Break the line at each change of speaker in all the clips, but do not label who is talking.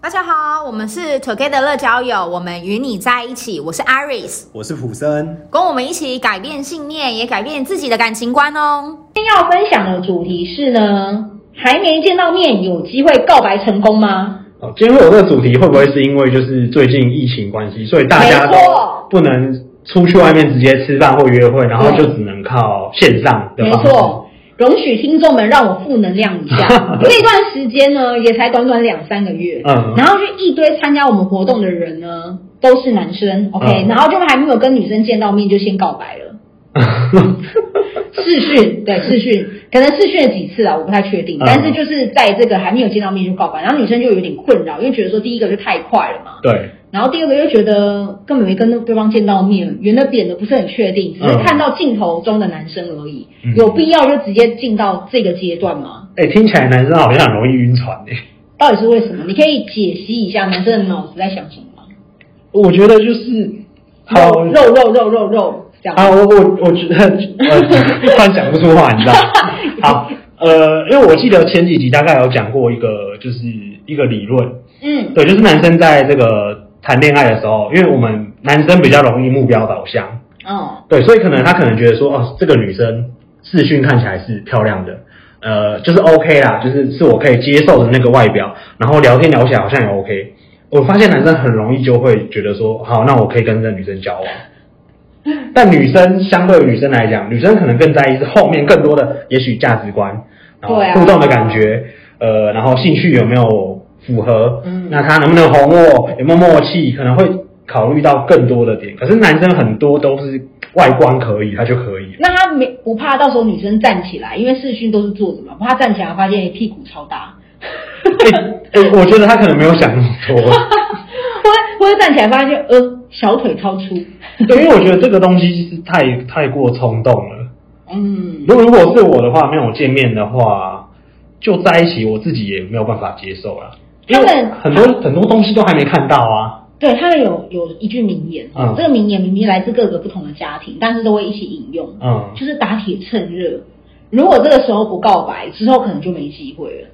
大家好，我们是 Together 乐交友，我们与你在一起。我是 Iris，
我是普森，
跟我们一起改变信念，也改变自己的感情观哦。
今天要分享的主题是呢，还没见到面有机会告白成 功吗？
哦，今天我这个主题会不会是因为就是最近疫情关系，所以大家
没
都
错
不能出去外面直接吃饭或约会，然后就只能靠线上的
没
方式。
错，容许听众们让我负能量一下。因为一段时间呢，也才短短两三个月，
嗯
然后就一堆参加我们活动的人呢，都是男生，OK，、
嗯
然后就还没有跟女生见到面就先告白了。视讯，对视讯，可能视讯了几次啊，我不太确定
嗯。
但是就是在这个还没有见到面就告白，然后女生就有点困扰，因为觉得说第一个就太快了嘛，
对，
然后第二个又觉得根本没跟对方见到面，圆的扁的不是很确定，只是
嗯
看到镜头中的男生而已，
嗯
有必要就直接进到这个阶段吗？
哎、听起来男生好像很容易晕船哎、
到底是为什么？你可以解析一下男生的脑子在想什么吗？
我觉得就是好
肉肉肉肉肉肉这样。
啊，我我我觉得呃， 突然讲不出话，你知道 吗？好，呃，因为我记得前几集大概有讲过一个，就是一个理论，
嗯
对，就是男生在这个谈恋爱的时候，因为我们男生比较容易目标导向，
哦
对，所以可能他可能觉得说，哦，这个女生视讯看起来是漂亮的，呃，就是 OK 啦，就是是我可以接受的那个外表，然后聊天聊起来好像也 OK。我发现男生很容易就会觉得说，好，那我可以跟这个女生交往。但女生相对于女生来讲，女生可能更在意是后面更多的，也许价值观，然后
对啊
互动的感觉，呃，然后兴趣有没有符合，
嗯
那他能不能哄我，有没有默契，可能会考虑到更多的点。可是男生很多都是外观可以，他就可 以了。
那他没不怕到时候女生站起来，因为视讯都是坐着嘛，不怕站起来发现屁股超大，
哎、欸我觉得他可能没有想那么 多，
或或者站起来发现呃小腿超粗，
对，因为我觉得这个东西是太太过冲动了。
嗯
如果如果是我的话，没有见面的话，就在一起，我自己也没有办法接受啦。因为
他们
很多很多东西都还没看到啊。
对他们有有一句名言，
嗯
这个名言明明来自各个不同的家庭，但是都会一起引用，
嗯，
就是打铁趁热。如果这个时候不告白，之后可能就没机会了。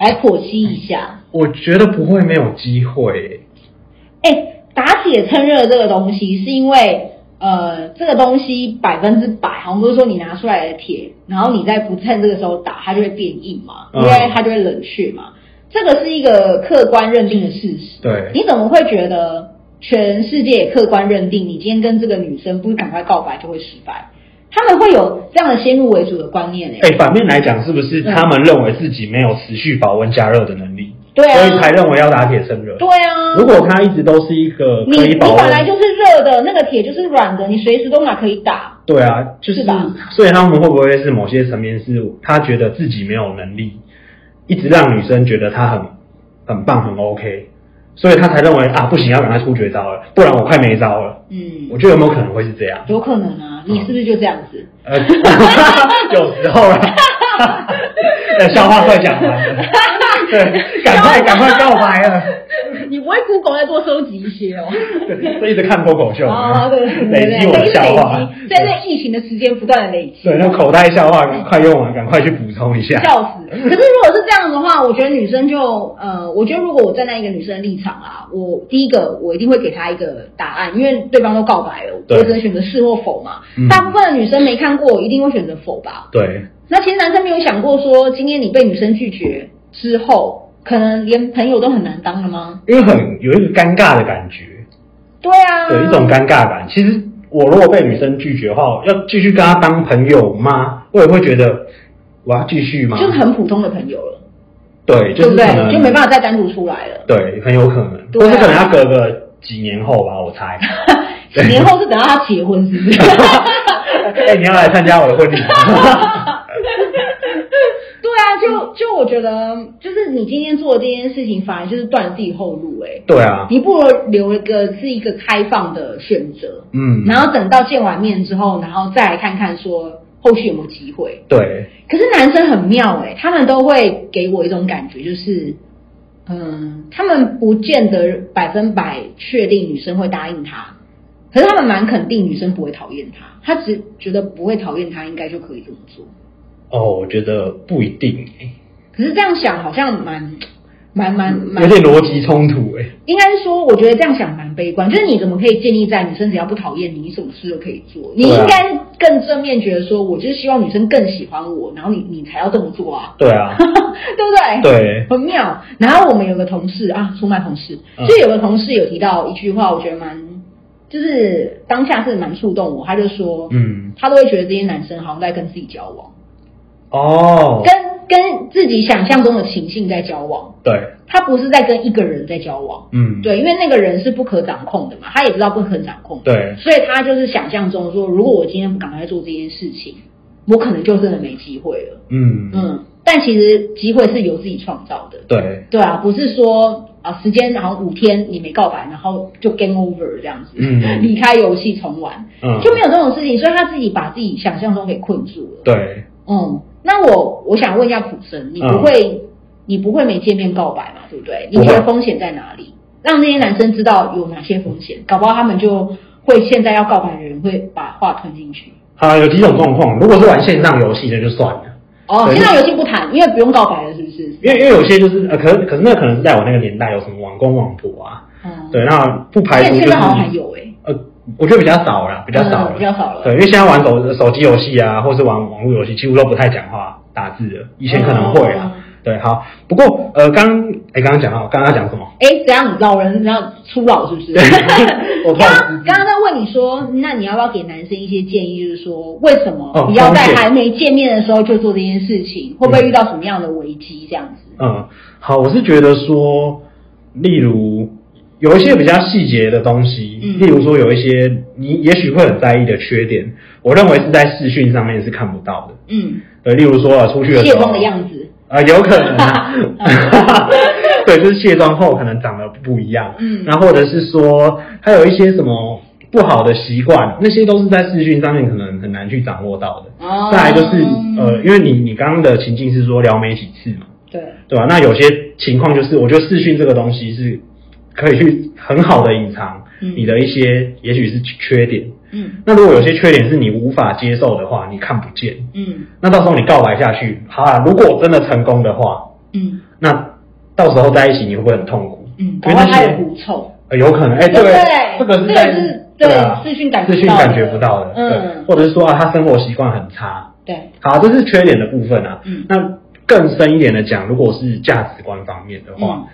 来剖析一下，
我觉得不会没有机会。
哎、打铁趁热这个东西，是因为呃，这个东西百分之百，好像不是说你拿出来的铁，然后你在不趁这个时候打，它就会变硬嘛，因
嗯
为它就会冷却嘛。这个是一个客观认定的事实。
对，
你怎么会觉得全世界也客观认定你今天跟这个女生不赶快告白就会失败？他们会有这样的先入为主的观念呢、欸
哎、反面来讲，是不是
嗯
他们认为自己没有持续保温加热的能力，
对啊，
所以才认为要打铁趁热？
对啊。
如果他一直都是一个
你
可以
你
保
本来
温，
就是热的，那个铁就是软的，你随时都哪可以打。
对啊，就是
是吧
所以他们会不会是某些层面是他觉得自己没有能力，一直让女生觉得他很很棒很 OK，所以他才认为啊不行，要赶快出绝招了，不然我快没招了。
嗯，
我觉得有没有可能会是这样？
有可能啊，你是不是就这样子？
呃， 有时候 啦，呃笑话快讲完了，对，赶快赶快告白啊了，
你不会 Google 再多收集一些哦。
对，就一直看脱口秀，
啊，对对对，
累积我的笑话
累积，在那疫情的时间不断的累积。
对，那口袋笑话赶快用完，赶快去补充一下。
笑死！可是如果是这样的话，我觉得女生就呃，我觉得如果我站在一个女生的立场啊，我第一个我一定会给她一个答案，因为对方都告白了，
对
我只能选择是或否嘛。
嗯
大部分的女生没看过，一定会选择否吧。
对，
那其实男生没有想过说，今天你被女生拒绝之后，可能连朋友都很难当了吗？
因为很有一个尴尬的感觉，
对啊，
有一种尴尬感。其实我如果被女生拒绝的话，要继续跟她当朋友吗？我也会觉得我要继续吗？
就是很普通的朋友了，
对，就是
对不对
可能？
就没办法再单独出来 了。
对，很有可能，
对啊
或是可能要隔个几年后吧，我 猜。
几年后是等到他结婚，是不是？
哎、你要来参加我的婚礼吗？
对啊，就就我觉得，就是你今天做的这件事情，反而就是断自己后路、欸。
对啊，
你不如留一个是一个开放的选择，
嗯，
然后等到见完面之后，然后再来看看说后续有没有机会。
对，
可是男生很妙哎、欸他们都会给我一种感觉，就是，嗯，他们不见得百分百确定女生会答应他，可是他们蛮肯定女生不会讨厌他，他只觉得不会讨厌他，应该就可以这么做。
哦，我觉得不一定欸、
可是这样想好像蛮蛮蛮蛮
欸有点逻辑冲突哎、
应该是说，我觉得这样想蛮悲观，就是你怎么可以建立在女生只要不讨厌你，你什么事都可以做？你
对啊
应该更正面觉得说，我就是希望女生更喜欢我，然后你你才要这么做啊，
对 啊，
对不对？
对，
很妙。然后我们有个同事啊，出卖同事，
嗯
就有个同事有提到一句话，我觉得蛮，就是当下是蛮触动我。他就说，
嗯，
他都会觉得这些男生好像在跟自己交往，
哦，
跟跟自己想象中的情境在交往，
对，
他不是在跟一个人在交往。
嗯，
对，因为那个人是不可掌控的嘛，他也知道不可掌控，
对，
所以他就是想象中说，如果我今天不赶快做这件事情，我可能就真的没机会了。
嗯，
嗯，但其实机会是由自己创造的，
对，
对啊，不是说啊时间好像五天你没告白，然后就 game over 这样子，
嗯
离开游戏重玩，
嗯，
就没有这种事情，所以他自己把自己想象中给困住了。
对，
嗯，那我我想问一下普生，你不
嗯
会、你不会没见面告白嘛？对不对？你
不
觉
会
得风险在哪里？让那些男生知道有哪些风险，搞不好他们就会现在要告白的人会把话吞进去。
啊，有几种状况，如果是玩线上游戏那就算了。
哦，
对
现在游戏不谈，因为不用告白了，是不是？
因为因为有些就是呃，可是可是那可能是在我那个年代有什么网公网婆啊，
嗯，
对，那不排
现
除
在
就
现
是
在好像还有哎、
呃，我觉得比较少啦，比较少
嗯
了
比，较少了。
对，因为现在玩手手机游戏啊，或是玩网络游戏，几乎都不太讲话打字了，以前可能会啊，
哦。
对，好，不过呃，刚哎刚刚讲到，刚刚讲什么？
哎、怎样？老人要初老是不是？
对 我
刚
怕
刚刚刚在问你说，那你要不要给男生一些建议？就是说，为什么
哦
不要在
风险
还没见面的时候就做这件事情？会不会遇到什么样的危机？这样子？
嗯，好，我是觉得说，例如有一些比较细节的东西，
嗯
例如说有一些你也许会很在意的缺点，我认为是在视讯上面是看不到的。
嗯，
对，例如说呃出去的时
泄
候，
风的样子。
啊、有可 能啊，对，就是卸妆后可能长得不一样，
嗯
然后或者是说还有一些什么不好的习惯，那些都是在视讯上面可能很难去掌握到的。
哦
再来就是呃，，因为你你刚刚的情境是说聊没几次嘛，
对，
对吧、那有些情况就是，我觉得视讯这个东西是可以去很好的隐藏
嗯
你的一些，也许是缺点。
嗯
那如果有些缺点是你无法接受的话，你看不见，
嗯
那到时候你告白下去，好啊，如果真的成功的话，
嗯
那到时候在一起你会不会很痛苦？
嗯，
因
搞
为
不好
那
他有
些、
狐臭，
呃有可能，哎、
不
对，
这
个是在
是
对啊
对，视讯感
资讯感觉不到的，对，
嗯，
或者是说啊，他生活习惯很差，
对，
好，这是缺点的部分啊。
嗯
那更深一点的讲，如果是价值观方面的话，
嗯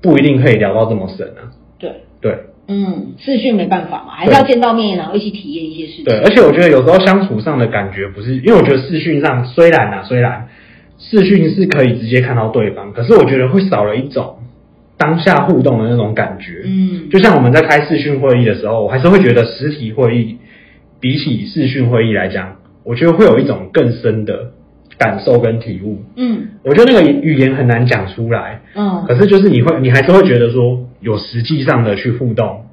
不一定可以聊到这么深啊。
对，
对
嗯，视讯没办法嘛，还是要见到面，然后一起体验一些事情。
对，而且我觉得有时候相处上的感觉不是，因为我觉得视讯上虽然啊虽然视讯是可以直接看到对方，可是我觉得会少了一种当下互动的那种感觉。
嗯，
就像我们在开视讯会议的时候，我还是会觉得实体会议比起视讯会议来讲，我觉得会有一种更深的感受跟体悟。
嗯
我觉得那个语言很难讲出来，
嗯
可是就是你会，你还是会觉得说有实际上的去互动，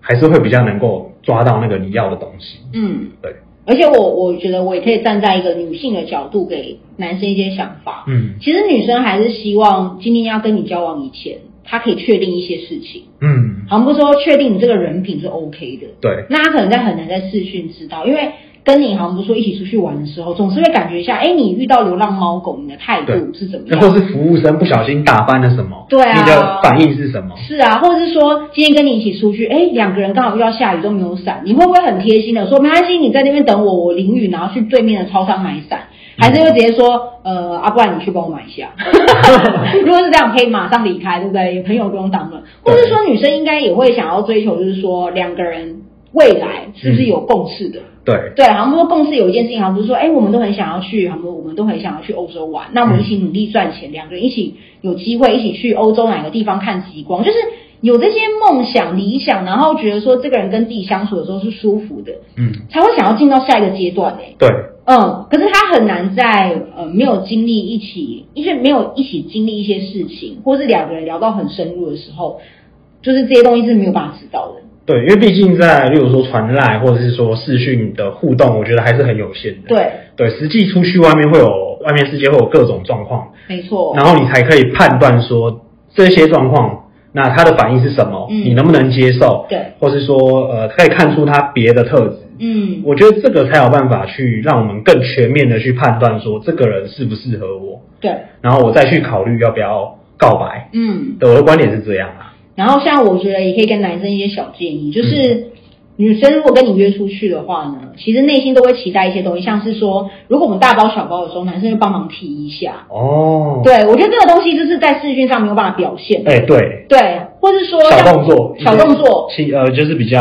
还是会比较能够抓到那个你要的东西。
嗯，
对，
而且我我觉得我也可以站在一个女性的角度给男生一些想法。
嗯
其实女生还是希望今天要跟你交往以前，她可以确定一些事情。
嗯，
好，我们不说确定你这个人品是 OK 的，
对
那他可能在很难在视讯知道，因为跟你好像不是说一起出去玩的时候，总是会感觉一下，哎，你遇到流浪猫狗，你的态度是怎么
那或
样？
是服务生不小心打翻了什么，
对啊
你的反应是什么？
是啊，或者是说今天跟你一起出去，哎，两个人刚好遇到下雨都没有伞，你会不会很贴心的说没关系，你在那边等我，我淋雨，然后去对面的超商买伞，还是会直接说，呃，啊，不然你去帮我买一下。如果是这样，可以马上离开，对不对？朋友不用当了，或者说女生应该也会想要追求，就是说两个人未来是不是有共识的？
对
对，好像说共事有一件事情，好像不是说，哎，我们都很想要去，好像我们都很想要去欧洲玩，那我们一起努力赚钱，两个人一起有机会一起去欧洲哪个地方看极光，就是有这些梦想、理想，然后觉得说这个人跟自己相处的时候是舒服的，
嗯，
才会想要进到下一个阶段哎、
对
嗯，可是他很难在呃没有经历一起，因为没有一起经历一些事情，或是两个人聊到很深入的时候，就是这些东西是没有办法知道的。
对，因为毕竟在例如说传赖或者是说视讯的互动，我觉得还是很有限的。
对，
对，实际出去外面会有外面世界会有各种状况，
没错。
然后你才可以判断说这些状况，那他的反应是什么，
嗯
你能不能接受，
对，
或是说呃可以看出他别的特质。
嗯，
我觉得这个才有办法去让我们更全面的去判断说这个人适不适合我，
对，
然后我再去考虑要不要告白。
嗯，
对，我的观点是这样啊。
然后像我觉得也可以跟男生一些小建议，
嗯
就是女生如果跟你约出去的话呢，其实内心都会期待一些东西，像是说，如果我们大包小包的时候，男生就帮忙提一下。
哦，
对，我觉得这个东西就是在视讯上没有办法表现的，
哎、对，
对，或是说
小
像
动作，
小动作，
其呃就是比较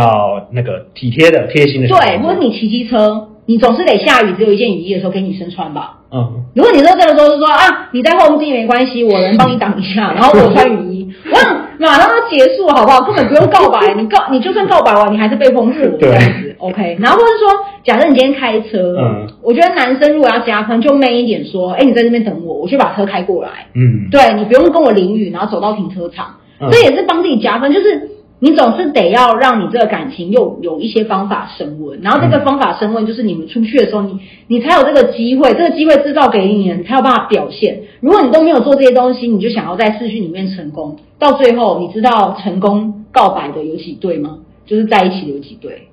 那个体贴的、贴心的小
对，
动
或
作。
者你骑机车，你总是得下雨只有一件雨衣的时候给女生穿吧。
嗯，
如果你说这个时候就说啊，你在后面没关系，我能帮你挡 一下，然后我穿雨衣，我想马上要结束好不好？根本不用告白，你告你 就算告白完，你还是被封锁这
对
样子，OK。然后或者说，假设你今天开车，
嗯
我觉得男生如果要加分，就 man 一点说，哎、你在这边等我，我去把车开过来，
嗯，
对你不用跟我淋雨，然后走到停车场，
嗯
这也是帮自己加分，就是。你总是得要让你这个感情有有一些方法升温，然后这个
嗯
方法升温就是你们出去的时候，你你才有这个机会，这个机会制造给你，你才有办法表现。如果你都没有做这些东西，你就想要在视讯里面成功，到最后你知道成功告白的有几对吗？就是在一起的有几对？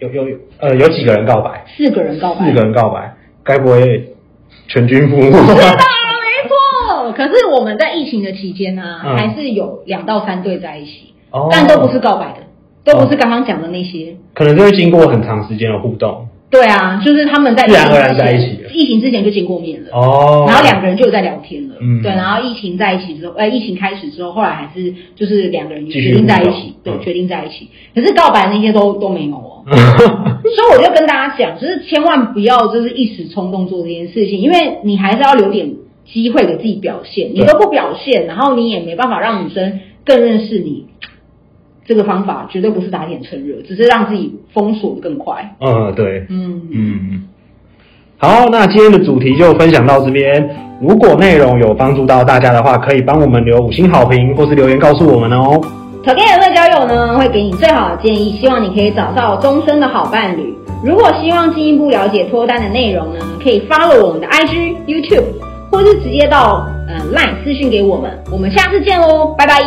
有有呃有几个人告白？
四个人告白，
四 个人告白，该不会全军覆没？
啊，没错。可是我们在疫情的期间呢、
嗯
还是有两到三对在一起，
哦
但都不是告白的，都不是刚刚讲的那些。
可能就会经过很长时间的互动。
对啊，就是他们在
自然而然
疫
在一
情之前
起了
疫情之前就见过面了。
哦，
然后两个人就有在聊天了，
嗯
对，然后疫情在一起之后，呃，疫情开始之后，后来还是就是两个人
继
决
续
定在一
互
起，
动嗯
对，决定在一起。可是告白那些都都没有哦，所以我就跟大家讲，就是千万不要就是一时冲动做这件事情，因为你还是要留点机会给自己表现。你
对
都不表现，然后你也没办法让女生更认识你。这个方法绝对不是打点趁热，只是让自己封锁的更快。
嗯，对，
嗯，
嗯，好，那今天的主题就分享到这边。如果内容有帮助到大家的话，可以帮我们留五星好评或是留言告诉我们哦。
可跟人乐交友呢，会给你最好的建议，希望你可以找到终身的好伴侣。如果希望进一步了解脱单的内容呢，可以 follow 我们的 IG、YouTube，或是直接到呃 LINE 私讯给我们。我们下次见喽，拜拜。